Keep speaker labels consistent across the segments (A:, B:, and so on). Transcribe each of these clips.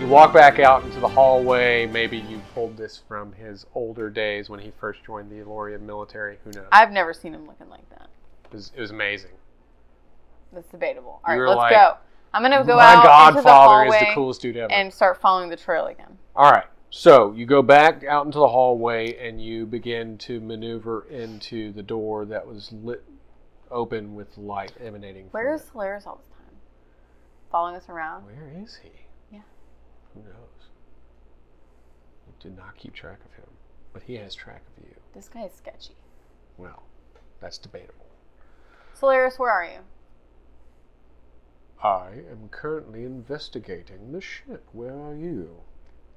A: you walk back out into the hallway. Maybe you pulled this from his older days when he first joined the Elorian military. Who knows?
B: I've never seen him looking like that.
A: it, was, it was amazing.
B: That's debatable. All right,
A: You were
B: let's
A: like,
B: go. I'm gonna go
A: My
B: out into the
A: godfather
B: hallway
A: is the coolest dude ever.
B: and start following the trail again.
A: All right. So you go back out into the hallway and you begin to maneuver into the door that was lit open with light emanating
B: Where is
A: from
B: Solaris all this time? Following us
A: it.
B: around?
A: Where is he?
B: Yeah.
A: Who knows? We did not keep track of him, but he has track of you.
B: This guy is sketchy.
A: Well, that's debatable.
B: Solaris, where are you?
A: I am currently investigating the ship. Where are you?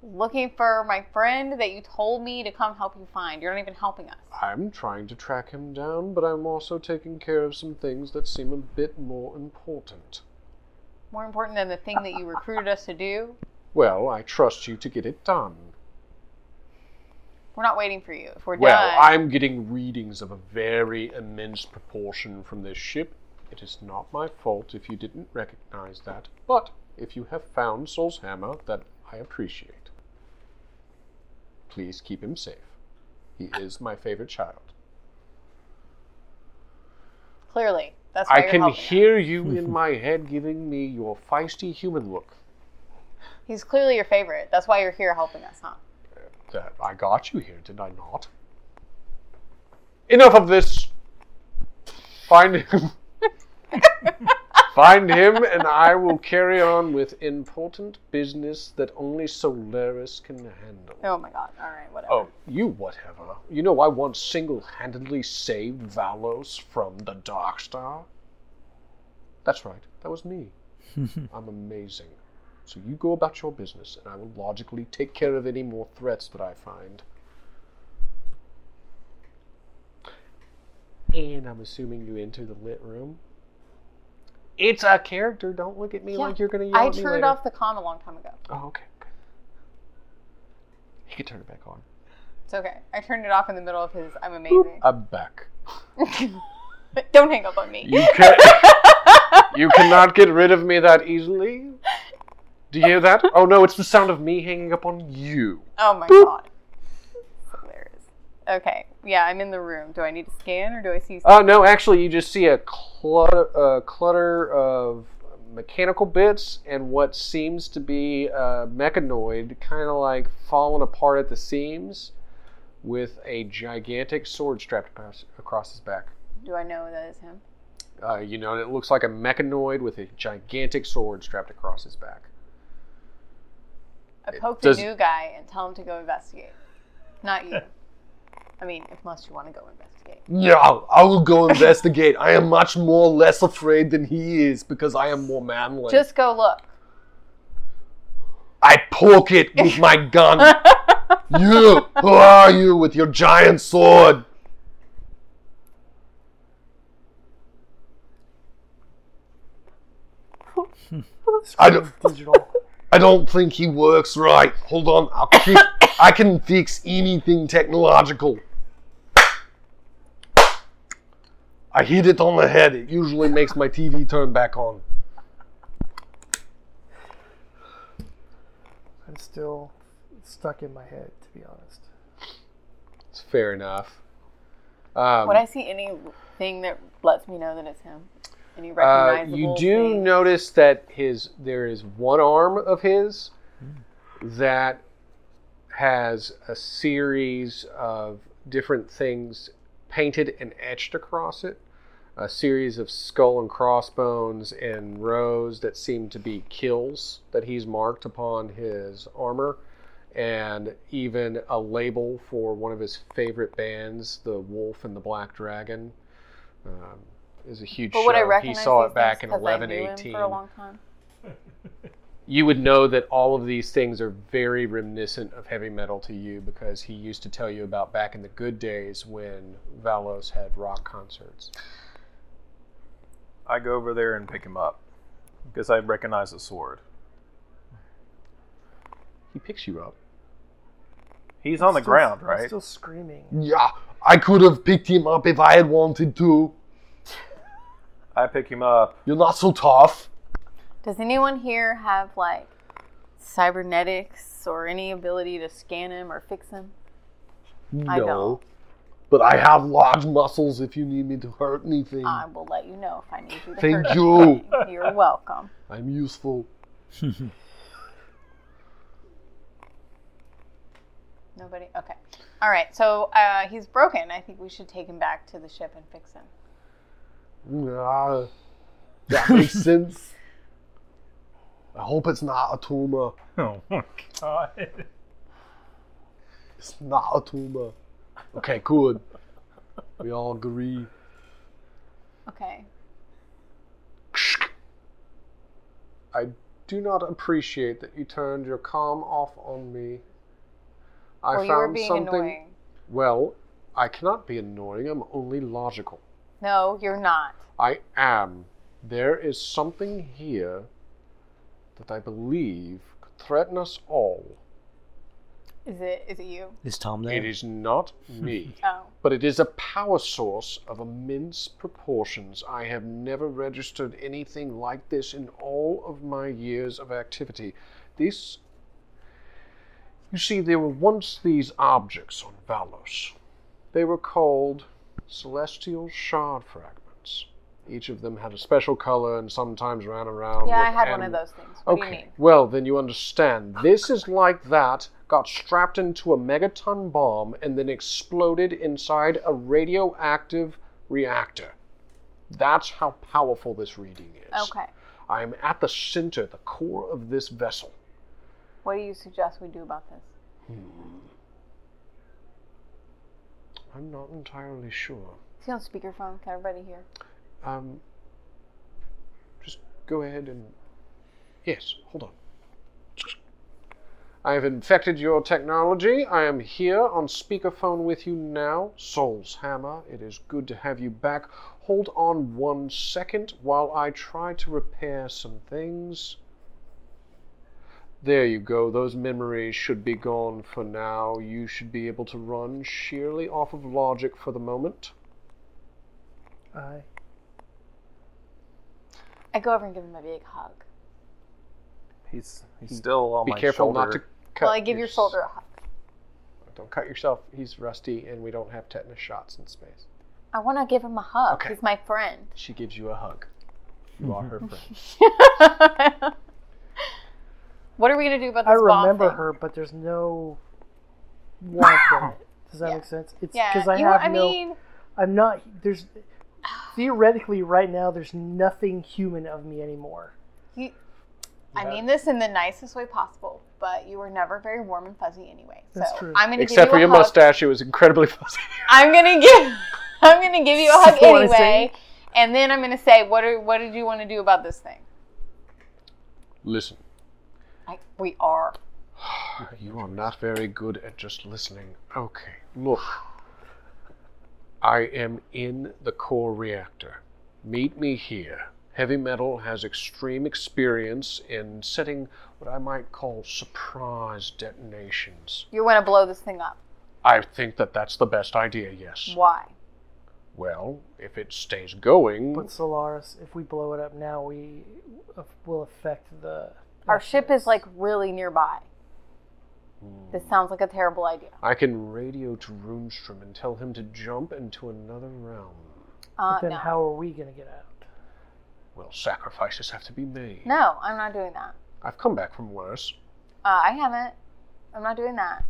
B: Looking for my friend that you told me to come help you find. You're not even helping us.
A: I'm trying to track him down, but I'm also taking care of some things that seem a bit more important.
B: More important than the thing that you recruited us to do,
A: Well, I trust you to get it done.
B: we're not waiting for you. If we're
A: Well,
B: done,
A: I'm getting readings of a very immense proportion from this ship. It is not my fault if you didn't recognize that, but if you have found Sol's hammer, that I appreciate. Please keep him safe. He is my favorite child.
B: clearly that's why
A: I
B: you're
A: can
B: helping us.
A: hear you in my head giving me your feisty human look.
B: He's clearly your favorite. That's why you're here helping us, huh?
A: That I got you here, did I not? Enough of this. Find him. Find him, and I will carry on with important business that only Solaris can handle.
B: Oh my god. All right, whatever.
A: Oh, you whatever. You know, I once single handedly saved Valos from the Dark Star. That's right, that was me. I'm amazing. So you go about your business, and I will logically take care of any more threats that I find. And I'm assuming you enter the lit room. It's a character. Don't look at me
B: Yeah,
A: like you're going to yell
B: I
A: at me
B: turned
A: later.
B: off the comm a long time ago.
A: Oh, okay. okay. He can turn it back on.
B: It's okay. I turned it off in the middle of his I'm amazing.
A: I'm back.
B: Don't hang up on me.
A: You can you cannot get rid of me that easily. Do you hear that? Oh no, it's the sound of me hanging up on you.
B: Oh my god. Hilarious. Okay. Yeah, I'm in the room. Do I need to scan or do I see
A: Oh no, actually, you just see a clutter, uh, clutter of mechanical bits and what seems to be a mechanoid, kind of like falling apart at the seams, with a gigantic sword strapped across- across his back.
B: do I know that is him?
A: Uh, you know, it looks like a mechanoid with a gigantic sword strapped across his back.
B: I poke
A: does-
B: the new guy and tell him to go investigate. Not you. I mean, if unless you want to go investigate.
A: No, I will go investigate. I am much more less afraid than he is because I am more manly.
B: Just go look.
A: I poke it with my gun. you, who are you with your giant sword? I don't, I don't think he works right. Hold on, I'll keep, I can fix anything technological. I hit it on the head. It usually makes my TV turn back on.
C: I'm still stuck in my head, to be honest.
A: It's fair enough. Um,
B: Would I see anything that lets me know that it's him? Any
A: uh,
B: recognizable?
A: you do
B: thing?
A: notice that his there is one arm of his that has a series of different things painted and etched across it. A series of skull and crossbones and rows that seem to be kills that he's marked upon his armor, and even a label for one of his favorite bands, the Wolf and the Black Dragon. Um, is a huge
B: But would I
A: show.
B: recognize
A: He saw
B: these
A: it back in
B: things 'cause I knew him
A: 1118
B: for a long time?
A: you would know that all of these things are very reminiscent of heavy metal to you because he used to tell you about back in the good days when Valos had rock concerts.
D: I go over there and pick him up because I recognize the sword.
A: He picks you up.
D: He's on the
C: Still-
D: ground,
C: I'm
D: right?
C: still screaming.
A: Yeah, I could have picked him up if I had wanted to.
D: I pick him up.
A: You're not so tough.
B: Does anyone here have like cybernetics or any ability to scan him or fix him? I
A: No.
B: don't.
A: But I have large muscles if you need me to hurt anything.
B: I will let you know if I need you
A: Mm.
B: to
A: Thank
B: hurt
A: you.
B: anything. You're welcome.
A: I'm useful.
B: Nobody. Okay. All right. So uh, he's broken. I think we should take him back to the ship and fix him.
A: Ah, that makes sense. I hope it's not a tumor.
D: Oh my god.
A: It's not a tumor. Okay, good. We all agree.
B: Okay.
A: I do not appreciate that you turned your calm off on me. I found
B: well, you were being
A: something.
B: annoying.
A: Well, I cannot be annoying. I'm only logical.
B: No, you're not.
A: I am. There is something here that I believe could threaten us all.
B: Is it? Is it you?
E: Is Tom
A: It
E: there?
A: is not me,
B: Oh.
A: but it is a power source of immense proportions. I have never registered anything like this in all of my years of activity. This. You see, there were once these objects on Valos. They were called celestial shard fragments. Each of them had a special color and sometimes ran around. with
B: Yeah, I had one of
A: anim-
B: those things. What do you
A: Okay.
B: mean?
A: Well, then you understand. This is like that got strapped into a megaton bomb and then exploded inside a radioactive reactor. That's how powerful this reading is.
B: Okay.
A: I'm at the center, the core of this vessel.
B: What do you suggest we do about this?
A: I'm not entirely sure.
B: Is he on speakerphone? Can everybody hear?
A: Um, just go ahead and. Yes, hold on. I have infected your technology. I am here on speakerphone with you now. Soul's Hammer, it is good to have you back. Hold on one second while I try to repair some things. There you go. Those memories should be gone for now. You should be able to run sheerly off of logic for the moment.
C: I
B: I go over and give him a big hug.
D: He's he's still on
A: Be
D: my
A: careful
D: shoulder.
A: not to cut.
B: well, I give your
A: s-
B: shoulder a hug.
A: Don't cut yourself. He's rusty, and we don't have tetanus shots in space.
B: I want to give him a hug.
A: Okay.
B: He's my friend.
A: She gives you a hug. You are her friend.
B: what are we gonna do about this
C: I remember
B: bomb thing?
C: her, but there's no warmth in it. Does that
B: Yeah.
C: make sense? It's
B: Yeah,
C: because I
B: you,
C: have
B: I
C: no.
B: mean,
C: I'm not. There's theoretically right now. There's nothing human of me anymore.
B: you, I mean this in the nicest way possible, but you were never very warm and fuzzy anyway. So
C: That's true.
B: I'm gonna give
A: Except
B: you
A: for
B: a
A: your
B: hug.
A: mustache, it was incredibly fuzzy.
B: I'm gonna give I'm gonna give you a hug
C: Wanna
B: anyway, and then I'm gonna say, what are, what did you want to do about this thing?
A: Listen, uh,
B: I, we are.
A: you are not very good at just listening. Okay, look. I am in the core reactor. Meet me here. Heavy Metal has extreme experience in setting what I might call surprise detonations.
B: You want to blow this thing up?
A: I think that that's the best idea, yes.
B: Why?
A: Well, if it stays going,
C: But Solaris, if we blow it up now, we will affect the.
B: Our ship is like really nearby.
A: Hmm.
B: This sounds like a terrible idea.
A: I can radio to Roomstrom and tell him to jump into another realm.
B: Uh,
C: Then
B: no.
C: how are we gonna get out?
A: Well, sacrifices have to be made.
B: no, I'm not doing that.
A: I've come back from worse.
B: Uh, I haven't. I'm not doing that.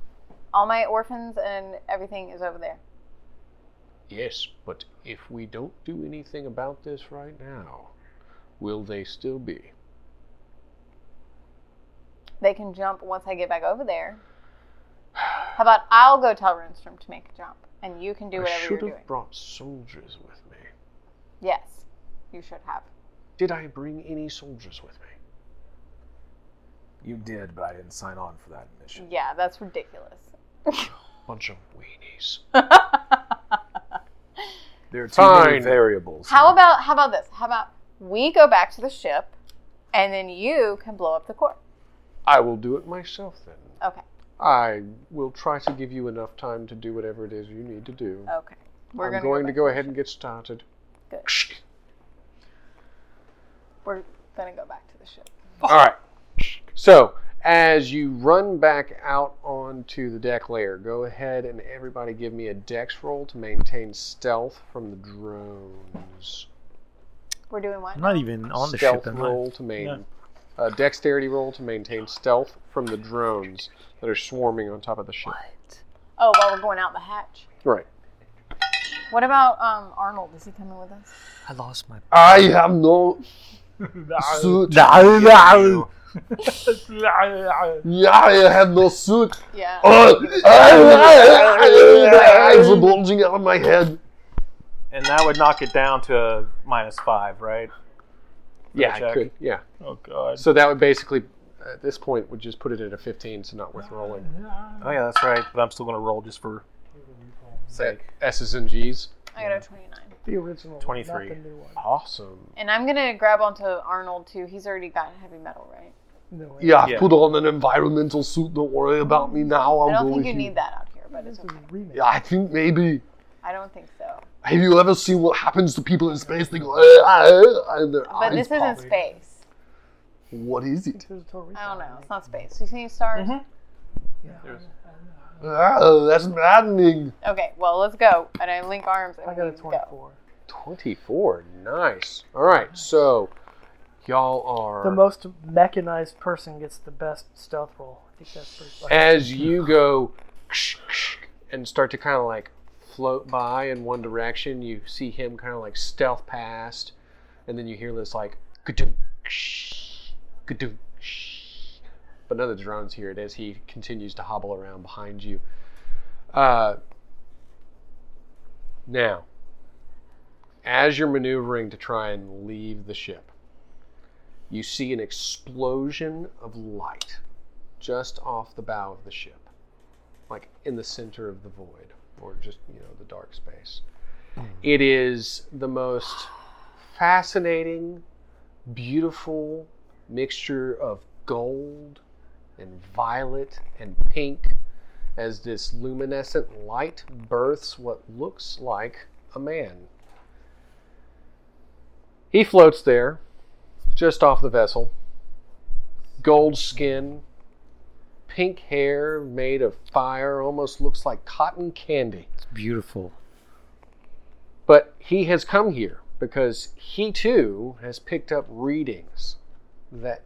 B: All my orphans and everything is over there.
A: Yes, but if we don't do anything about this right now, will they still be?
B: They can jump once I get back over there. How about I'll go tell Runstrom to make a jump, and you can do
A: I
B: whatever you're
A: should have
B: doing.
A: brought soldiers with me.
B: Yes, you should have.
A: Did I bring any soldiers with me?
D: You did, but I didn't sign on for that mission.
B: Yeah, that's ridiculous.
A: Bunch of weenies.
D: There are too many
A: Fine.
D: variables.
B: How about how about this? How about we go back to the ship, and then you can blow up the core.
A: I will do it myself then.
B: Okay.
A: I will try to give you enough time to do whatever it is you need to do.
B: Okay. Uh, We're
A: I'm
B: gonna
A: going to
B: back
A: go
B: the
A: ahead and
B: ship.
A: get started.
B: Good. We're gonna go back to the ship.
A: All right. So As you run back out onto the deck layer, go ahead and everybody give me a dex roll to maintain stealth from the drones.
B: We're doing what?
E: I'm not even on the
A: stealth
E: ship. am I?
A: roll to main,
E: Yeah.
A: uh, dexterity roll to maintain stealth from the drones that are swarming on top of the ship.
B: Oh, while we're going out the hatch.
A: Right.
B: What about um Arnold? Is he coming with us?
E: I lost my.
A: I have no suit. Yeah, I have no suit.
B: Yeah.
A: Oh. It's bulging out of my head.
D: And that would knock it down to a minus five, right?
A: Yeah,
D: Check.
A: I could. Yeah.
D: Oh god.
A: So that would basically, at this point, would just put it at a 15, so not worth rolling.
D: Oh yeah, that's right. But I'm still gonna roll just for sake.
A: S's and G's.
B: I got a 29.
C: The original, one,
D: 23.
C: not the new one.
A: Awesome.
B: And I'm going to grab onto Arnold too. He's already gotten heavy metal, right?
C: No, way.
A: Yeah,
D: Yeah.
A: put on an environmental suit. Don't worry about me now. I'll
B: I
A: go
B: don't think
A: with
B: you
A: you.
B: need that out here, but
C: This
B: it's
C: is
B: okay.
C: a remake.
A: Yeah, I think maybe.
B: I don't think so.
A: Have you ever seen what happens to people in space? They go, "Eh, ah, ah," and their
B: But
A: eyes
B: this isn't
A: pop.
B: space.
A: What is it?
C: This is a total remake.
B: I don't know. It's not space. You seen stars?
A: Ah, that's maddening.
B: Okay, well, let's go. And I link arms and
C: I got a
B: we go.
C: 24.
A: 24. Nice. All right, so y'all are.
C: The most mechanized person gets the best stealth roll. I think that's pretty like,
A: as you go ksh, ksh, and start to kind of like float by in one direction, you see him kind of like stealth past, and then you hear this like ka-doom, ksh, ka-doom, ksh. but none of the drones hear it as he continues to hobble around behind you. Uh, now, as you're maneuvering to try and leave the ship, you see an explosion of light just off the bow of the ship, like in the center of the void, or just, you know, the dark space. It is the most fascinating, beautiful mixture of gold and violet and pink as this luminescent light births what looks like a man. He floats there, just off the vessel. Gold skin, pink hair made of fire, almost looks like cotton candy.
E: It's beautiful.
A: But he has come here because he too has picked up readings that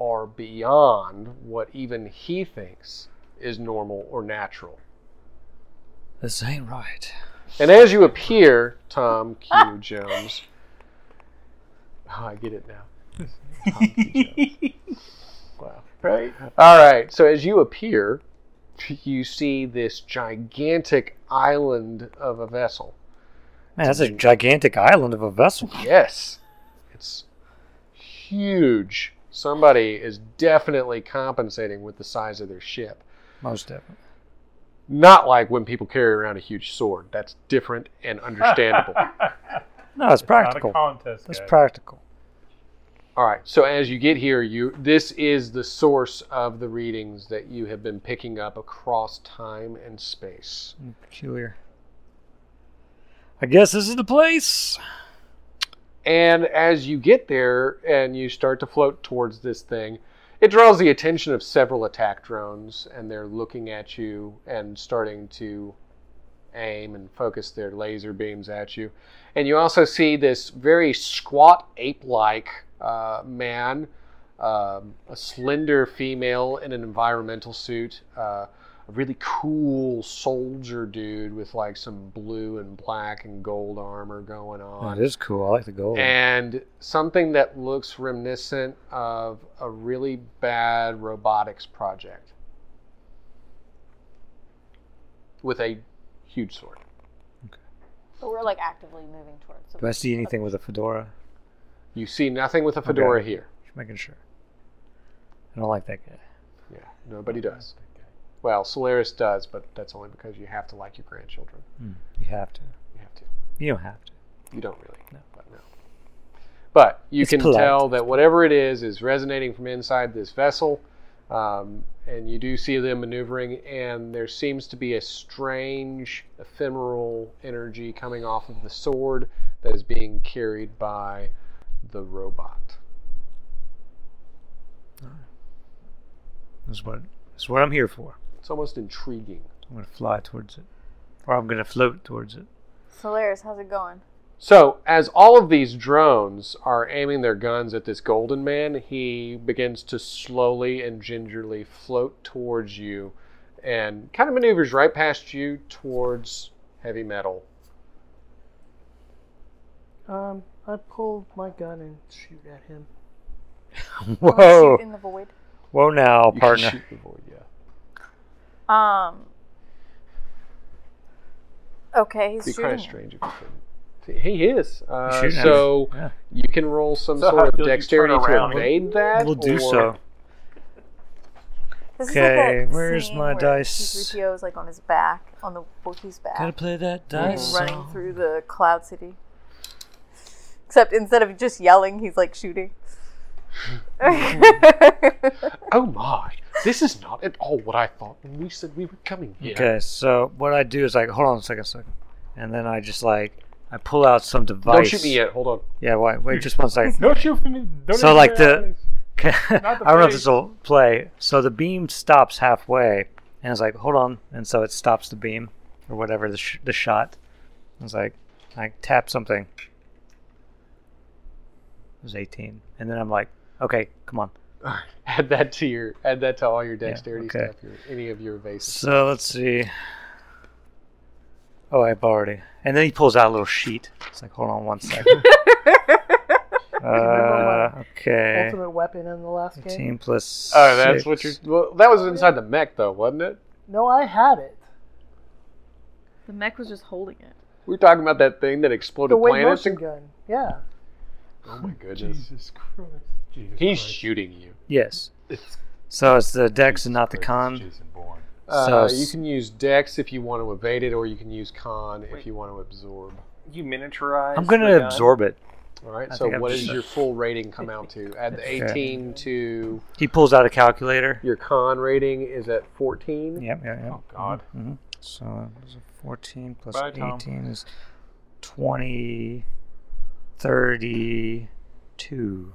A: are beyond what even he thinks is normal or natural.
E: This ain't right.
A: And as you appear, Tom Q. Jones. Oh, I get it now. Tom Q. Jones. Wow.
D: Right.
A: All right. So as you appear, you see this gigantic island of a vessel.
E: Man, that's a gigantic island of a vessel.
A: Yes. It's huge. Somebody is definitely compensating with the size of their ship.
E: Most definitely.
A: Not like when people carry around a huge sword. That's different and understandable.
E: No, it's
D: Practical.
E: practical.
D: contest.
E: It's practical.
A: All right. So as you get here, you this is the source of the readings that you have been picking up across time and space.
E: and Peculiar. I guess this is the place.
A: And as you get there and you start to float towards this thing, it draws the attention of several attack drones, and they're looking at you and starting to aim and focus their laser beams at you. And you also see this very squat ape like uh, man, um, a slender female in an environmental suit, uh, a really cool soldier dude with like some blue and black and gold armor going on.
E: Oh, it is cool. I like the gold.
A: And something that looks reminiscent of a really bad robotics project with a huge sword.
B: But we're like actively moving towards.
E: Do I see anything with a fedora?
A: You see nothing with a fedora here.
E: Just making sure. I don't like that guy.
A: Yeah, nobody does. Well, Solaris does, but that's only because you have to like your grandchildren.
E: You have to.
A: You have to.
E: You don't have to.
A: You don't really.
E: No.
A: But no. But you
E: It's
A: can
E: polite.
A: tell that whatever it is is resonating from inside this vessel, um, and you do see them maneuvering. And there seems to be a strange ephemeral energy coming off of the sword that is being carried by the robot.
E: That's what that's what I'm here for.
A: It's almost intriguing.
E: I'm gonna fly towards it, or I'm gonna float towards it.
B: Solaris, how's it going?
A: So, as all of these drones are aiming their guns at this golden man, he begins to slowly and gingerly float towards you and kind of maneuvers right past you towards heavy metal.
C: Um, I pull my gun and shoot at him.
B: Wanna
E: Whoa,
B: Shoot in the void.
E: whoa, now,
A: You can
E: partner.
A: shoot the void, yeah.
B: Um. Okay,
A: It'd
B: he's
A: be
B: shooting.
A: kind of
B: it.
A: strange if you could. He is. Uh,
E: Shoot him.
A: so
E: Yeah.
A: you can roll some
D: So how
A: sort
D: do
A: of
D: you turn
A: dexterity to
D: around?
A: evade that.
E: we'll do
A: or-
E: so.
B: This
E: Okay,
B: is like that
E: where's
B: scene
E: my
B: where
E: dice?
B: C-3PO is like on his back, on the Wookiee's back,
E: Gotta play that
B: and he's
E: dice.
B: running
E: song.
B: through the cloud city. Except instead of just yelling, he's like shooting.
A: Oh my! This is not at all what I thought when we said we were coming here.
E: Okay, so what I do is like, hold on a second, second, and then I just like, I pull out some device.
A: Don't shoot me yet. Hold on.
E: Yeah, wait, wait, just one second.
D: Don't shoot me. Don't
E: So,
D: even
E: like,
D: say
E: the-
D: anything.
E: I
D: Not the
E: don't know if
D: face.
E: this will play. So the beam stops halfway, and it's like, hold on, and so it stops the beam or whatever the sh- the shot. It's like, like tap something. It was eighteen, and then I'm like, okay, come on.
A: Add that to your. Add that to all your dexterity
E: okay.
A: stuff. Your, any of your evasive.
E: So let's see. Oh, I've already. And then he pulls out a little sheet. It's like, hold on one second. uh,
A: Eh.
E: okay.
C: Ultimate weapon in the last game.
E: 18 plus.
A: Oh, that's what you're.
E: six.
A: Well, that was inside the mech, though, wasn't it?
C: No, I had it.
B: the mech was just holding it.
A: We were talking about that thing that exploded
C: The way
A: planets.
C: motion
A: And,
C: gun. Yeah.
A: oh my goodness!
D: Jesus Christ. Jesus
A: He's
D: Christ.
A: shooting you.
E: Yes.
D: It's
E: So it's the dex and not the
D: Christ,
E: con.
D: Jason Bourne.
A: Uh,
E: So-
A: you can use Dex if you want to evade it, or you can use Con if you want to absorb.
D: You miniaturize.
E: I'm going
D: the
E: to
D: gun?
E: absorb it.
A: All right.
E: I
A: so,
E: think I'm
A: what
E: just-
A: does your full rating come out to? Add the
E: Okay.
A: 18 to
E: He pulls out a calculator.
A: your Con rating is at 14.
E: Yep, yep, yep.
D: Oh God.
E: hmm So it was a 14 plus
D: Bye, Tom.
E: 18 is 20, 32.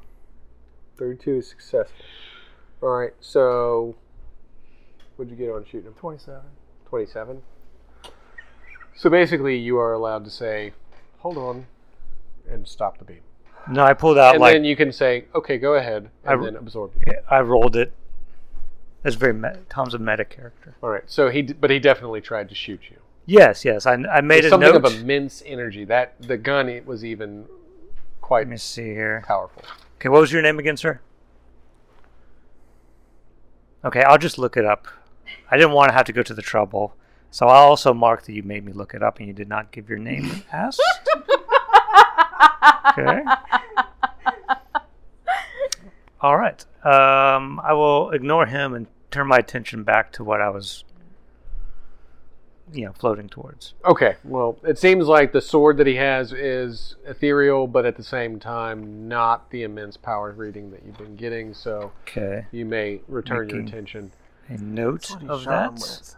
A: 32 is successful. All right. So, what'd you get on shooting him?
C: 27.
A: 27. So basically, you are allowed to say, "Hold on," and stop the beam,
E: No, I pulled out
A: and
E: like.
A: then you can say, "Okay, go ahead," and
E: I-
A: then absorb the beam.
E: Yeah, I rolled it. That's very me- Tom's a meta character.
A: All right. So he, d- but he definitely tried to shoot you.
E: Yes, yes. I, I made
A: There's
E: a
A: something
E: note.
A: of immense energy. That the gun it was even quite
E: Let me see here.
A: powerful.
E: Okay, what was your name again, sir? Okay, I'll just look it up. I didn't want to have to go to the trouble, so I'll also mark that you made me look it up and you did not give your name when asked. Okay. All right. Um, I will ignore him and turn my attention back to what I was, you know, floating towards.
A: Okay. Well, it seems like the sword that he has is ethereal, but at the same time, not the immense power reading that you've been getting. So
E: Okay.
A: you may return your
E: Making-
A: attention.
E: a note
D: Bloody
E: of
D: shot him
E: that.
D: with.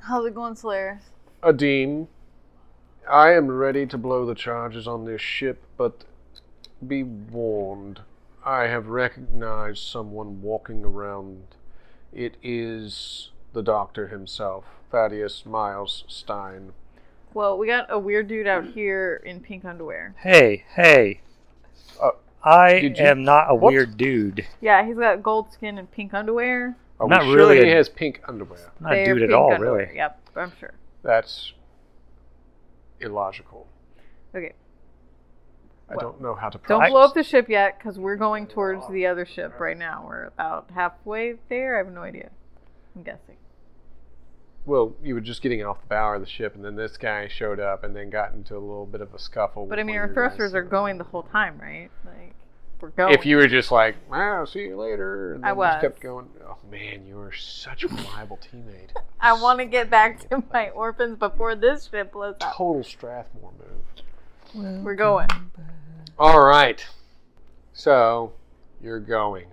B: How's it going, Solaris?
A: Adim, I am ready to blow the charges on this ship, but be warned. I have recognized someone walking around. It is the doctor himself, Thaddeus Miles Stein.
B: Well, we got a weird dude out here in pink underwear.
E: Hey, hey.
A: Uh,
E: I
A: did you-
E: am not a
A: what?
E: weird dude.
B: Yeah, he's got gold skin and pink underwear.
A: Are we
E: Not
A: sure
E: really
A: He
E: a-
A: has pink underwear.
E: I'm not a
B: They're
E: dude at
B: pink
E: all,
B: underwear.
E: really.
B: Yep, I'm sure.
A: That's illogical.
B: Okay,
A: I
B: Well,
A: don't know how to process.
B: don't blow up the ship yet because we're going towards the other ship right now. We're about halfway there. I have no idea. I'm guessing.
A: Well, you were just getting off the bow of the ship, and then this guy showed up, and then got into a little bit of a scuffle.
B: But I
A: with
B: mean,
A: one
B: our
A: of your guys.
B: thrusters are going the whole time, right? Like, we're going.
A: If you were just like, "Wow, see you later," and
B: I
A: then just
B: was.
A: kept going, "Oh man, you are such a reliable teammate."
B: I want to get back to my orphans before this ship blows up.
A: Total Strathmore move.
B: We're going.
A: All right, so you're going.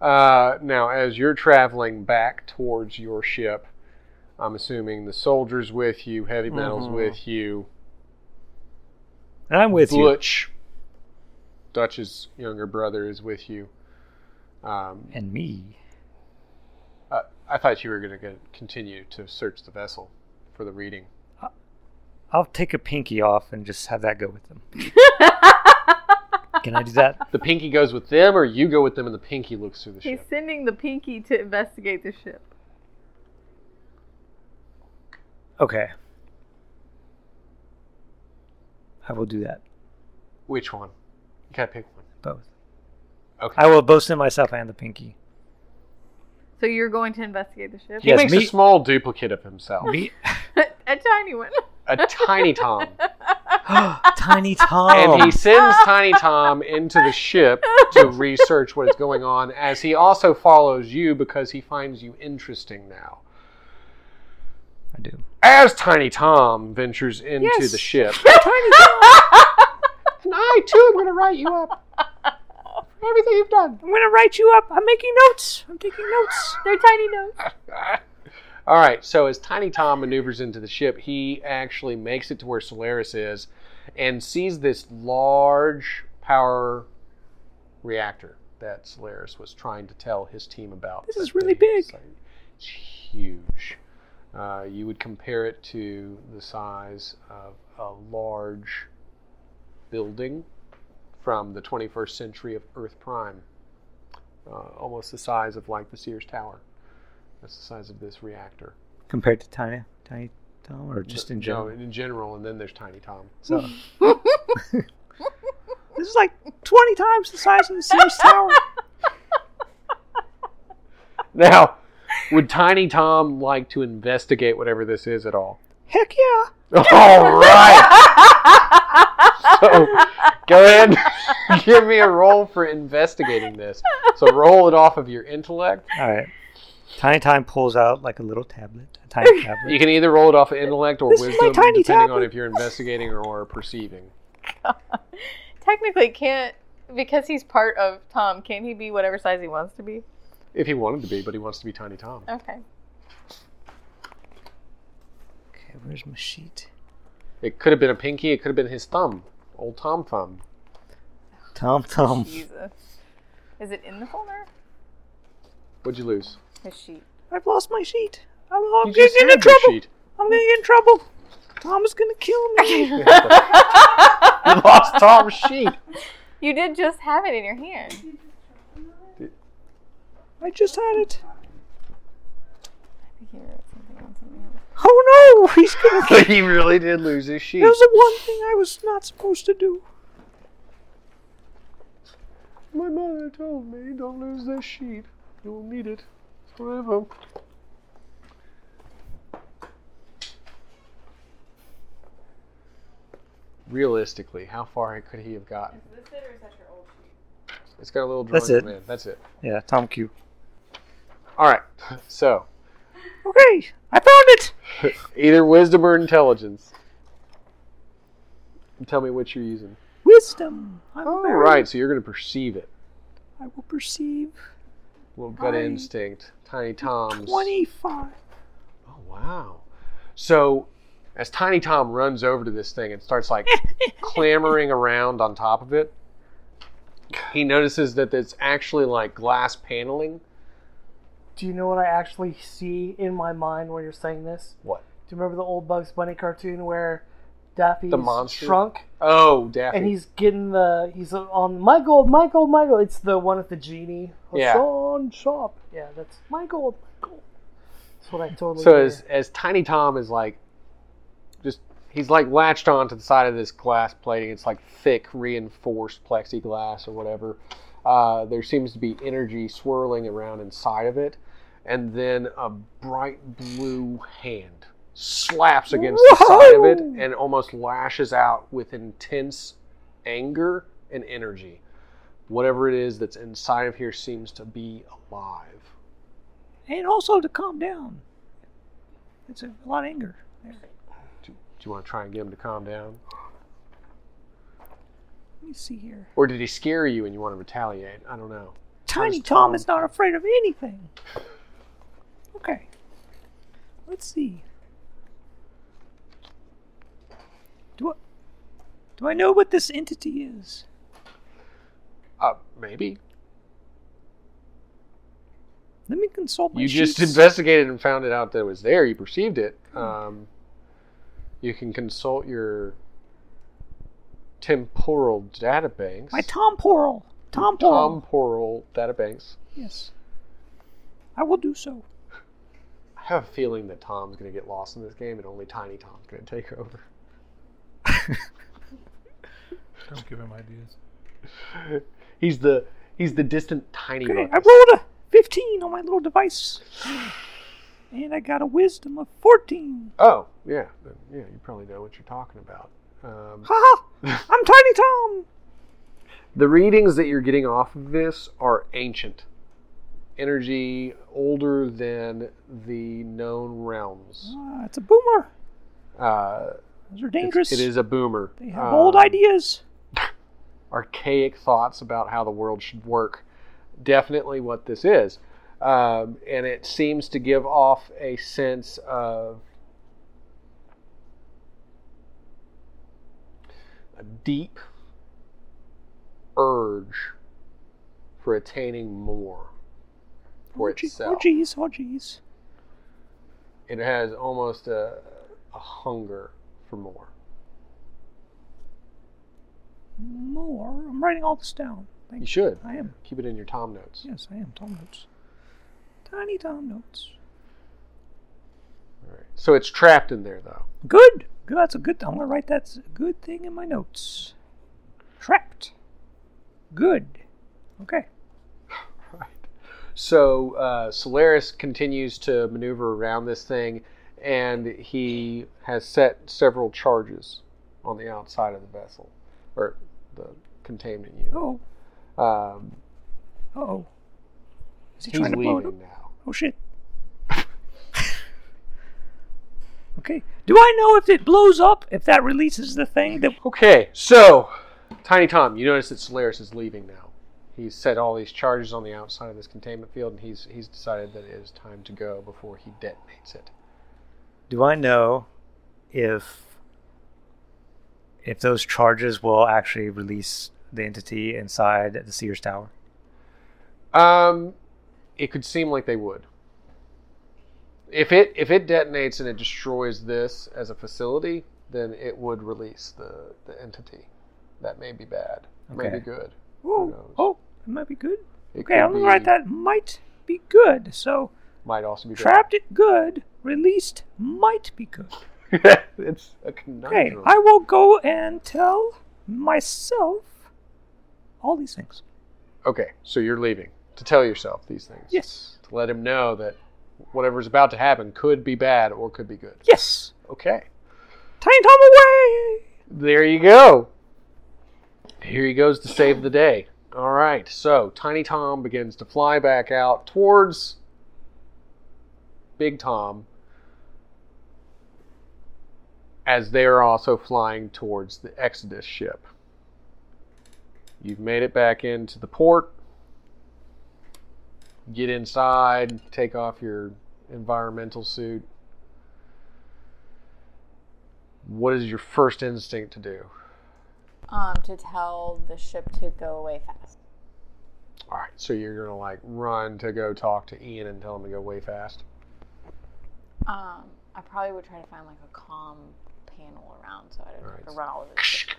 A: Uh, now, as you're traveling back towards your ship, I'm assuming the soldiers with you, heavy metals
B: Mm-hmm.
D: Mhm.
A: with you,
E: And I'm with you.
A: Butch, Dutch's younger brother, is with you. Um,
E: and me.
A: uh, I thought you were going to continue to search the vessel for the reading.
E: I'll take a pinky off and just have that go with them. Can I do that?
A: The pinky goes with them, or you go with them, and the pinky looks through the
B: He's
A: ship.
B: sending the pinky to investigate the ship.
E: Okay. I will do that.
A: Which one? You gotta pick one.
E: Both.
A: Okay.
E: I will both send myself and the pinky.
B: So you're going to investigate the ship?
A: He
E: Yes,
A: makes
E: me-
A: a small duplicate of himself,
E: Me-
B: a tiny one.
A: a tiny Tom,
E: Tiny Tom.
A: and he sends Tiny Tom into the ship to research what is going on. As he also follows you because he finds you interesting now.
E: I do.
A: As Tiny Tom ventures into
E: Yes.
A: the ship, and I too am going to write you up for everything you've done.
E: I'm gonna write you up. I'm making notes. I'm taking notes.
B: They're tiny notes.
A: All right, so as Tiny Tom maneuvers into the ship, he actually makes it to where Solaris is and sees this large power reactor that Solaris was trying to tell his team about.
E: This is
A: that
E: really
A: they-
E: big.
A: It's, like- it's huge. Uh, you would compare it to the size of a large building from the 21st century of Earth Prime, uh, almost the size of like the Sears Tower. That's the size of this reactor.
E: Compared to Tiny Tiny Tom, or just in
A: No,
E: general.
A: in general, and then there's Tiny Tom.
E: So this is like 20 times the size of the Sears Tower.
A: Now, would Tiny Tom like to investigate whatever this is at all?
E: Heck yeah!
A: All right. So go ahead, and give me a roll for investigating this. So roll it off of your intellect.
E: All right. Tiny Time pulls out like a little tablet, a tiny tablet.
A: You can either roll it off of intellect or
E: This is my
A: wisdom,
E: tiny
A: depending on
E: tablet.
A: if you're investigating or, or perceiving.
B: Technically, can't because he's part of Tom. Can he be whatever size he wants to be?
A: If he wanted to be, but he wants to be Tiny Tom.
B: Okay.
E: Okay, where's my sheet?
A: It could have been a pinky. It could have been his thumb, old Tom thumb.
E: Tom Tom.
B: Jesus. Is it in the folder?
A: What'd you lose?
B: His sheet.
E: I've lost my sheet. I'm, I'm
A: You
E: getting into
A: had your
E: trouble.
A: sheet.
E: I'm gonna get in trouble. Tom is gonna kill me.
A: You lost Tom's sheet.
B: You did just have it in your hand.
E: I just had it.
B: I think he wrote something on something else.
E: Oh no! He's gonna. kill
A: he really did lose his sheet.
E: That was the one thing I was not supposed to do.
A: My mother told me, don't lose this sheet. You will need it forever. Realistically, how far could he have gotten? It's got a little drawing.
E: That's it.
A: of man. That's it.
E: Yeah, Tom Q.
A: All right. So,
E: Okay, I found it.
A: either wisdom or intelligence. Tell me what you're using.
E: Wisdom. I'm
A: All
E: very-
A: right. So you're going to perceive it.
E: I will perceive
A: Little gut
E: I-
A: instinct. Tiny Tom's.
E: twenty-five.
A: Oh wow! So as Tiny Tom runs over to this thing and starts like clambering around on top of it, he notices that it's actually like glass paneling.
C: Do you know what I actually see in my mind when you're saying this?
A: What?
C: Do you remember the old Bugs Bunny cartoon where Daffy's
A: The monster?
C: shrunk
A: Oh, Daffy.
C: and he's getting the he's on my gold, my gold, my gold. It's the one with the genie.
A: Yeah.
C: Hassan Shop. Yeah, that's my gold, my gold. That's what I totally.
A: so
C: hear.
A: as as Tiny Tom is like, just he's like latched onto the side of this glass plating. It's like thick reinforced plexiglass or whatever. Uh, there seems to be energy swirling around inside of it, and then a bright blue hand slaps against the side of it
E: Whoa!
A: and almost lashes out with intense anger and energy. Whatever it is that's inside of here seems to be alive.
E: And also to calm down. It's a lot of anger. There.
A: Do, do you want to try and get him to calm down?
E: Let me see here.
A: Or did he scare you and you want to retaliate? I don't know.
E: Tiny
A: How's
E: Tom
A: Tom?
E: is not afraid of anything. Okay. Let's see. Do I, do I know what this entity is?
A: Uh, maybe.
E: Let me consult my
A: you just
E: sheets.
A: investigated and found it out that it was there. You perceived it.
E: Hmm.
A: Um, you can consult your temporal databanks.
E: my Tom Porl. Tom Porl.
A: temporal databanks.
E: Yes. I will do so.
A: I have a feeling that Tom's going to get lost in this game, and only Tiny Tom's going to take over.
D: Don't give him ideas.
A: He's the he's the distant Tiny.
E: Okay, I
A: Ruckus.
E: rolled a 15 on my little device. And I got a wisdom of 14.
A: Oh yeah, then- yeah. You probably know what you're talking about. Um,
E: Haha! I'm Tiny Tom!
A: the readings that you're getting off of this are ancient energy, older than the known realms.
E: Ah, it's a boomer.
A: Uh,
E: Those are
A: it's-
E: Oh. dangerous.
A: it is a boomer.
E: They have
A: Um,
E: old ideas.
A: archaic thoughts about how the world should work. Definitely what this is. Um, and it seems to give off a sense of a deep urge for attaining more for
E: Oh, gee-
A: itself.
E: Oh, geez. Oh, geez.
A: It has almost a, a hunger for more.
E: More. I'm writing all this down.
A: You
E: Thank you.
A: should.
E: I am.
A: Keep it in your Tom notes.
E: Yes, I am. Tom notes. Tiny Tom notes.
A: All right. So it's trapped in there, though.
E: Good. Good. That's a good. I'm gonna write that s- good thing in my notes. Trapped. Good. Okay.
A: Right. So uh, Solaris continues to maneuver around this thing, and he has set several charges on the outside of the vessel, or the containment unit.
E: Oh.
A: Um,
E: Oh. Is he
A: he's
E: trying to blow it up?
A: leaving now.
E: Oh shit. okay. Do I know if it blows up? If that releases the thing that?
A: Okay, so Tiny Tom, you notice that Solaris is leaving now. He's set all these charges on the outside of this containment field, and he's he's decided that it is time to go before he detonates it.
E: Do I know if if those charges will actually release the entity inside the Sears Tower?
A: Um, it could seem like they would. If it if it detonates and it destroys this as a facility, then it would release the the entity. That may be bad. May
E: Okay.
A: be good.
E: Whoa.
A: knows?
E: Oh, it might be good.
A: It
E: Okay, I'm
A: could
E: gonna write
A: be-
E: that might be good. So
A: Might also be bad.
E: trapped it good, released might be good.
A: it's a
E: Okay,
A: conundrum.
E: I will go and tell myself all these things.
A: Okay, so you're leaving to tell yourself these things.
E: Yes.
A: To let him know that whatever's about to happen could be bad or could be good.
E: Yes.
A: Okay.
E: Tiny Tom away.
A: There you go. Here he goes to save the day. All right, so Tiny Tom begins to fly back out towards Big Tom as they are also flying towards the Exodus ship. You've made it back into the port. Get inside, take off your environmental suit. What is your first instinct to do?
B: Um, to tell the ship to go away fast.
A: All right, so you're gonna like run to go talk to Ian and tell him to go way fast.
B: Um, I probably would try to find like a calm panel around so I don't have to
A: Alright.
B: run all over. the ship.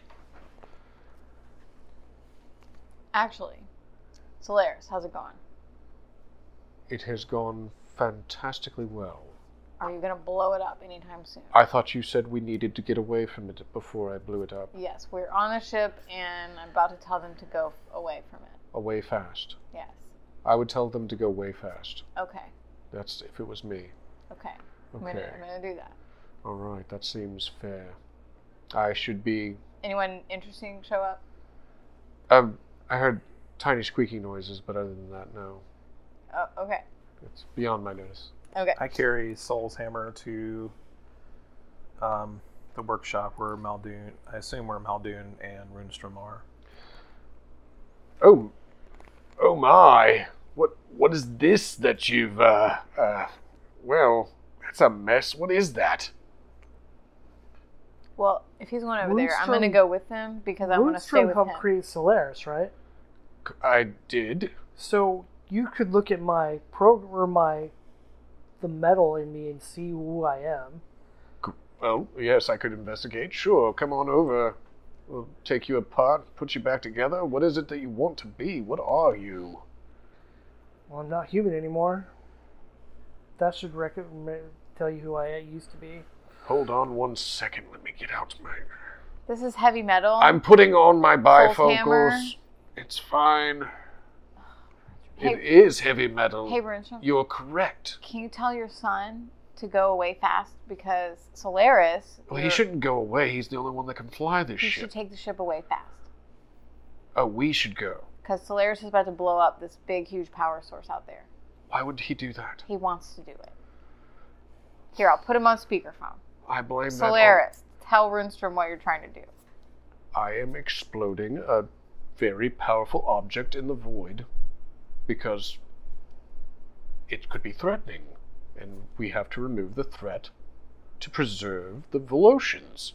B: Actually, Solaris, how's it going?
A: It has gone fantastically well.
B: Are you gonna blow it up anytime soon?
A: I thought you said we needed to get away from it before I blew it up.
B: Yes, we're on a ship and I'm about to tell them to go away from it.
A: Away fast.
B: Yes.
A: I would tell them to go way fast.
B: Okay.
A: That's if it was me.
B: Okay. I'm gonna,
A: Okay.
B: I'm gonna do that.
A: All right, that seems fair. I should be.
B: Anyone interesting show up?
A: Um, I heard tiny squeaky noises, but other than that, no.
B: Oh, okay.
A: It's beyond my notice.
B: Okay.
D: I carry Soul's hammer to um, the workshop where Muldoon, I assume where Muldoon and Runestrom are.
A: Oh, oh my! What what is this that you've uh, uh well, that's a mess. What is that?
B: Well, if he's going over there, I'm
C: Rundstrom-
B: gonna go with him because I want to stay
C: Moonstrom
B: with
C: helped
B: him.
C: create Solaris, right?
A: I did.
C: So you could look at my program or my the metal in me and see who I am.
A: Well, yes, I could investigate. Sure, come on over. We'll take you apart, put you back together. What is it that you want to be? What are you?
C: Well, I'm not human anymore. That should rec- ma- tell you who I used to be.
A: Hold on one second. Let me get out my.
B: This is heavy metal.
A: I'm putting on my
B: hammer.
A: bifocals. It's fine.
B: Hey-
A: it is heavy metal.
B: hey, Brinson,
A: You're correct.
B: can you tell your son to go away fast because Solaris?
A: Well, he
B: you're-
A: shouldn't go away. He's the only one that can fly this
B: You
A: ship.
B: should take the ship away fast
A: oh, we should go.
B: because Solaris is about to blow up this big, huge power source out there.
A: Why would he do that?
B: He wants to do it. Here, I'll put him on speakerphone.
A: I blame that. on-
B: Solaris, tell Runstrom what you're trying to do.
A: I am exploding a very powerful object in the void because it could be threatening, and we have to remove the threat to preserve the Volotians.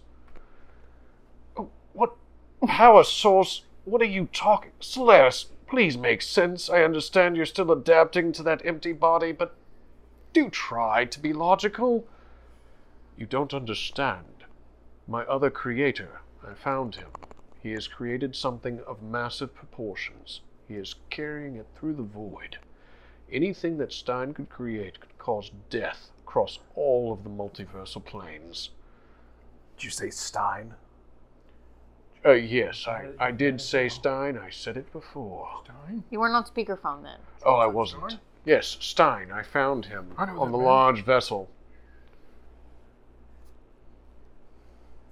A: Oh, What power source? What are you talking? Solaris, please make sense. I understand you're still adapting to that empty body, but do try to be logical. You don't understand. My other creator, I found him. He has created something of massive proportions. He is carrying it through the void. Anything that Stein could create could cause death across all of the multiversal planes.
D: Did you say Stein?
A: Uh, yes, I, I did say Stein. I said it before.
F: Stein?
B: You weren't on speakerphone then.
A: Oh, I wasn't. Yes, Stein. I found him
F: I know
A: on
F: that
A: the
F: man.
A: large vessel.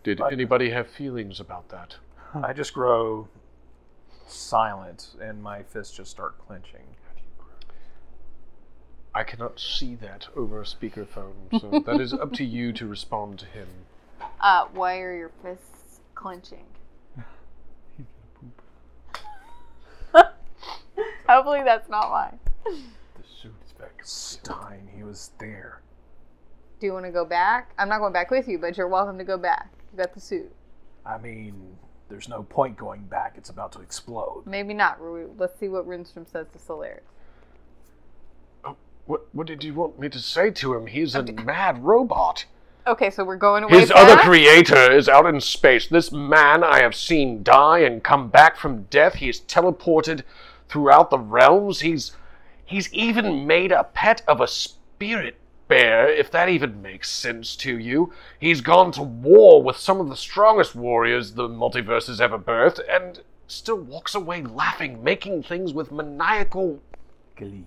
A: Did
D: I-
A: anybody have feelings about that?
D: I just grow silent, and my fists just start clenching.
A: I cannot see that over a speakerphone, so that is up to you to respond to him.
B: Uh, why are your fists clenching? Hopefully that's not why.
F: The suit is back.
D: Stein, he was there.
B: Do you want to go back? I'm not going back with you, but you're welcome to go back. You got the suit.
D: I mean, there's no point going back. It's about to explode.
B: Maybe not. We- Let's see what Rindstrom says to Solaris.
A: What what did you want me to say to him? He's a mad robot.
B: Okay, so we're going away.
A: His
B: fast?
A: other creator is out in space. This man I have seen die and come back from death. He is teleported throughout the realms. He's he's even made a pet of a spirit bear, if that even makes sense to you. He's gone to war with some of the strongest warriors the multiverse has ever birthed, and still walks away laughing, making things with maniacal
F: Glee.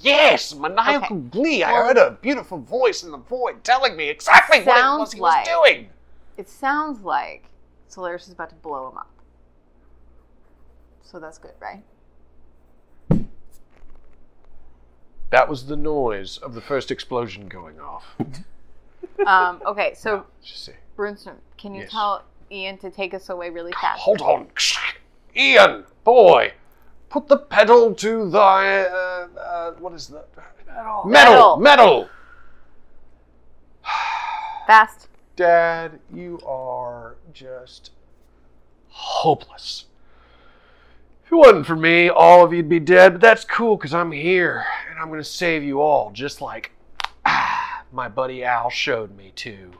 A: Yes, maniacal glee. I
B: Well-
A: heard a beautiful voice in the void telling me exactly what it
B: Sounds
A: was he
B: like-
A: was doing.
B: It sounds like Solaris is about to blow him up. So that's good, right?
A: That was the noise of the first explosion going off.
B: Um, okay, so
A: Just say,
B: Brunstrom, can you
A: Yes.
B: tell Ian to take us away really fast?
A: Hold on, Ian, boy, put the pedal to thy uh, uh, what is that? Metal,
B: Metal.
A: metal, metal.
B: Fast.
A: Dad, you are just hopeless. If it wasn't for me, all of you'd be dead, but that's cool because I'm here and I'm going to save you all, just like ah, my buddy Al showed me to.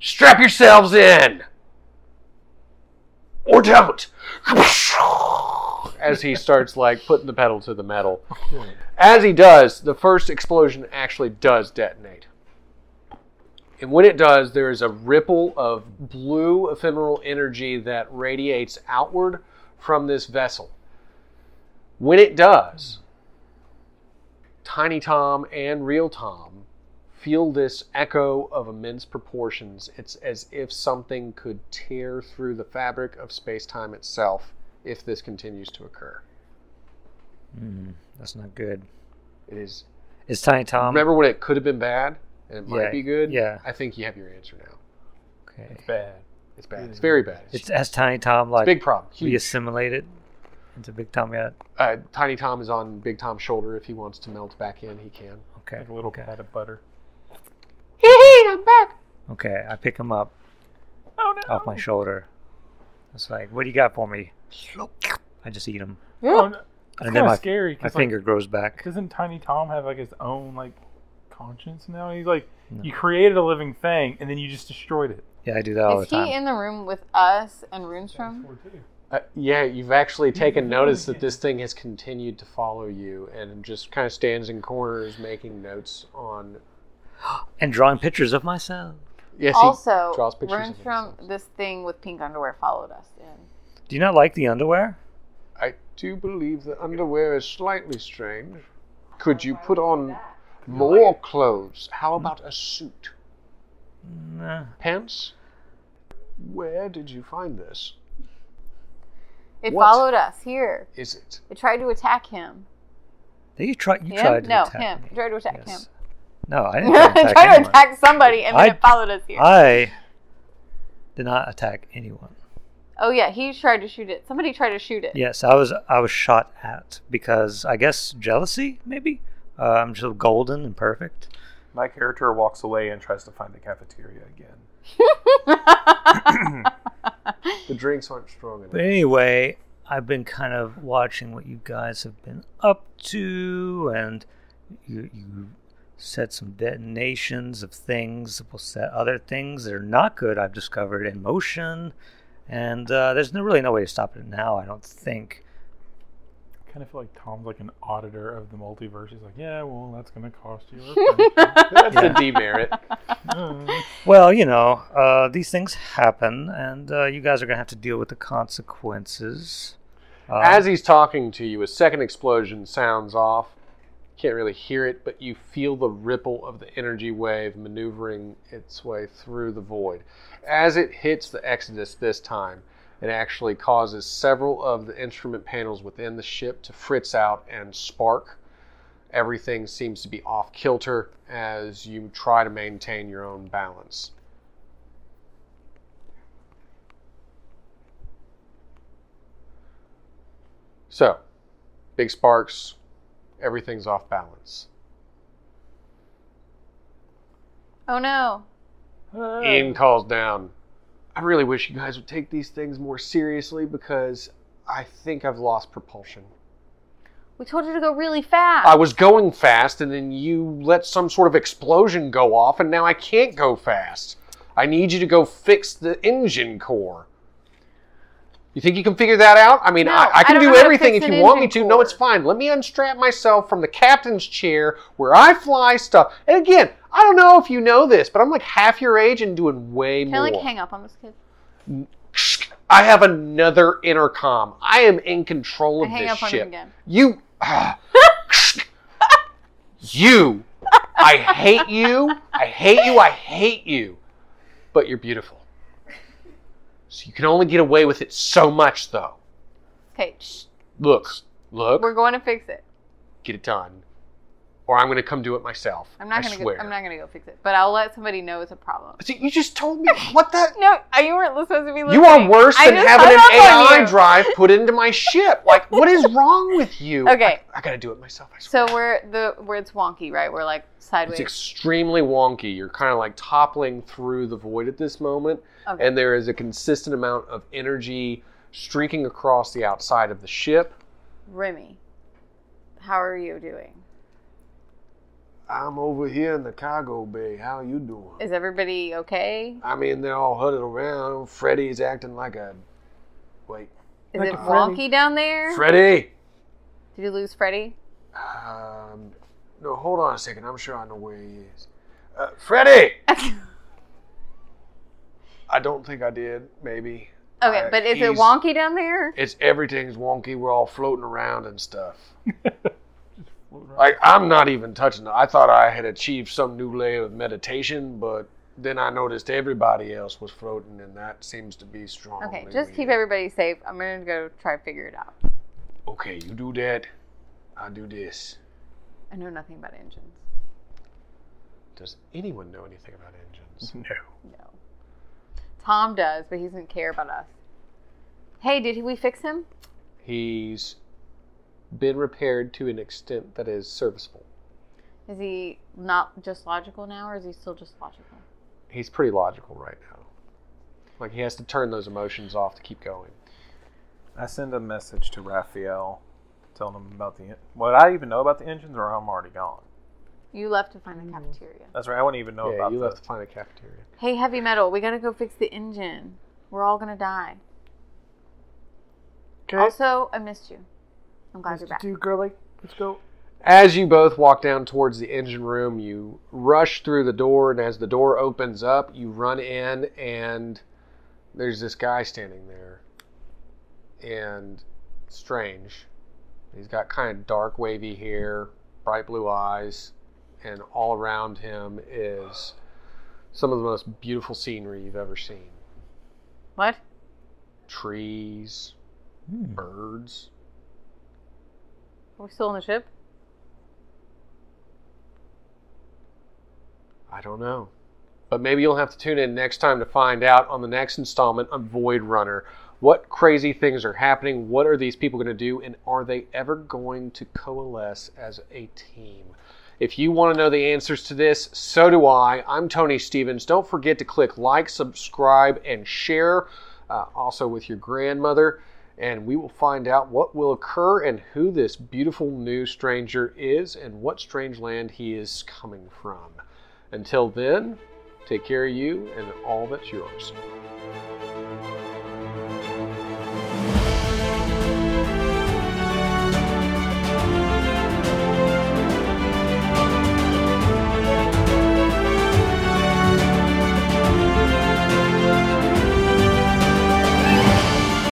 A: Strap yourselves in! Or don't! As he starts like putting the pedal to the metal. As he does, the first explosion actually does detonate. And when it does, there is a ripple of blue ephemeral energy that radiates outward from this vessel. When it does, Tiny Tom and Real Tom feel this echo of immense proportions. It's as if something could tear through the fabric of space time itself if this continues to occur.
E: Mm, that's not good.
A: It is.
E: Is Tiny Tom?
A: Remember when it could have been bad and it might
E: Um, yeah,
A: be good?
E: yeah.
A: I think you have your answer now.
E: okay.
D: Bad.
A: It's bad. It's very bad. It's,
E: Mm. It's has Tiny Tom like
A: big problem. Huge.
E: be assimilated into Big Tom yet?
A: uh, Tiny Tom is on Big Tom's shoulder. If he wants to melt back in, he can.
E: Okay.
D: Like a little
E: okay.
D: pat of butter.
E: Okay, I pick him up off
D: Oh,
E: my shoulder. It's like, what do you got for me? I just eat him.
D: Oh, no.
E: And
G: It's
E: then
G: kind
E: my-
G: of scary.
E: My
G: 'cause, like,
E: finger grows back.
G: doesn't Tiny Tom have like his own like conscience now? He's like,
E: No.
G: you created a living thing and then you just destroyed it.
E: Yeah, I do that all the
B: Is he
E: time.
B: in the room with us and Runestrom?
A: Uh, yeah, you've actually taken notice that this thing has continued to follow you and just kind of stands in corners making notes on.
E: And drawing pictures of myself.
A: Yes,
B: Also,
A: he draws pictures of
B: Runestrom,
A: himself.
B: this thing with pink underwear followed us in.
E: Do you not like the underwear?
A: I do believe the underwear is slightly strange. Could you put on more clothes? How about a suit?
E: Nah.
A: Pants? Where did you find this?
B: It
A: What?
B: followed us here.
A: Is it?
B: It tried to attack him.
E: You tried. You
B: him?
E: tried to
B: no,
E: attack
B: him.
E: me.
B: It tried to attack
E: Yes.
B: him.
E: No, I
B: It
E: didn't. attack
B: tried to
E: anyone.
B: attack somebody and then
E: I-
B: it followed us here.
E: I did not attack anyone.
B: oh, yeah, he tried to shoot it. Somebody tried to shoot it.
E: Yes, I was. I was shot at because I guess jealousy. Maybe uh, I'm so golden and perfect.
D: My character walks away and tries to find the cafeteria again.
A: The drinks aren't strong
E: But
A: enough.
E: anyway, I've been kind of watching what you guys have been up to, and you, you said some detonations of things that will set other things that are not good, I've discovered, in motion. And uh, there's no, really no way to stop it now, I don't think.
G: I kind of feel like Tom's like an auditor of the multiverse. He's like, yeah, well, that's gonna cost you. a pension."
A: That's a demerit.
G: Uh,
E: Well, you know, uh, these things happen, and uh, you guys are going to have to deal with the consequences. Uh,
A: As he's talking to you, a second explosion sounds off. Can't really hear it, but you feel the ripple of the energy wave maneuvering its way through the void. As it hits the Exodus this time, it actually causes several of the instrument panels within the ship to fritz out and spark. Everything seems to be off kilter as you try to maintain your own balance. So, big sparks, everything's off balance.
B: Oh, no.
A: Ian calls down. I really wish you guys would take these things more seriously because I think I've lost propulsion.
B: We told you to go really fast.
A: I was going fast and then you let some sort of explosion go off and now I can't go fast. I need you to go fix the engine core. You think you can figure that out? I mean,
B: No,
A: I,
B: I
A: I can
B: don't know
A: do
B: how to
A: everything
B: fix
A: if
B: an
A: you want me to.
B: engine
A: No,
B: core.
A: it's fine. Let me unstrap myself from the captain's chair where I fly stuff. And again, I don't know if you know this, but I'm like half your age and doing way
B: Can I,
A: more.
B: like, hang up on this kid?
A: I have another intercom. I am in control
B: I
A: of
B: hang
A: this
B: up on him
A: ship.
B: again.
A: You. ah. you. I hate you. I hate you. I hate you. But you're beautiful. So you can only get away with it so much, though.
B: Okay, shh.
A: Look, look,
B: We're going to fix it.
A: get it done. Or I'm going to come do it myself.
B: I'm not
A: I
B: gonna. Go,
A: swear.
B: I'm not gonna go fix it, but I'll let somebody know it's a problem.
A: See, you just told me. What the?
B: No, you weren't supposed to be. Listening.
A: You are worse
B: I
A: than
B: just
A: having an
B: hung up on
A: AI
B: you.
A: drive put into my ship. Like, what is wrong with you?
B: Okay.
A: I, I gotta do it myself. I swear.
B: So we're the where it's wonky, right? We're like
A: it's
B: sideways.
A: extremely wonky. You're kind of like toppling through the void at this moment,
B: Okay.
A: and there is a consistent amount of energy streaking across the outside of the ship.
B: Remy, how are you doing?
A: I'm over here in the cargo bay. How you doing?
B: Is everybody okay?
A: I mean, they're all huddled around. Freddy's acting like a. Wait.
B: Is
C: Like
B: it
C: a Freddy.
B: wonky down there?
A: Freddy!
B: Did you lose Freddy?
A: Um, no, hold on a second. I'm sure I know where he is. Uh, Freddy!
B: okay,
A: I don't think I did. Maybe. Uh,
B: but is it
A: he's-
B: wonky down there?
A: It's everything's wonky. We're all floating around and stuff. like I'm not even touching. it. I thought I had achieved some new layer of meditation, but then I noticed everybody else was floating, and that seems to be strong.
B: Okay, just keep everybody safe. I'm gonna go try to figure it out.
A: Okay, you do that. I do this.
B: I know nothing about engines.
A: Does anyone know anything about engines?
D: Mm-hmm.
B: No. Tom does, but he doesn't care about us. Hey, did we fix him?
A: He's been repaired to an extent that is serviceable.
B: Is he not just logical now, or is he still just logical?
A: He's pretty logical right now. Like he has to turn those emotions off to keep going.
D: I send a message to Raphael telling them about the en- what I even know about the engines, or I'm already gone.
B: You left to find a cafeteria.
D: That's right. I wouldn't even know
A: yeah,
D: about
A: you
D: the,
A: have to find a cafeteria.
B: Hey, heavy metal, we gotta go fix the engine. We're all gonna die.
C: Okay.
B: Also, I missed you. I'm glad you're
C: Let's
B: back.
C: do girly. Let's go.
A: As you both walk down towards the engine room, you rush through the door, and as the door opens up, you run in, and there's this guy standing there. And strange. He's got kind of dark, wavy hair, bright blue eyes, and all around him is some of the most beautiful scenery you've ever seen
B: What?
A: trees,
E: hmm.
A: birds.
B: Are we still on the ship?
A: I don't know. But maybe you'll have to tune in next time to find out on the next installment of Void Runner what crazy things are happening, what are these people going to do, and are they ever going to coalesce as a team? If you want to know the answers to this, so do I. I'm Tony Stevens. Don't forget to click like, subscribe, and share uh, also with your grandmother. And we will find out what will occur and who this beautiful new stranger is and what strange land he is coming from. Until then, take care of you and all that's yours.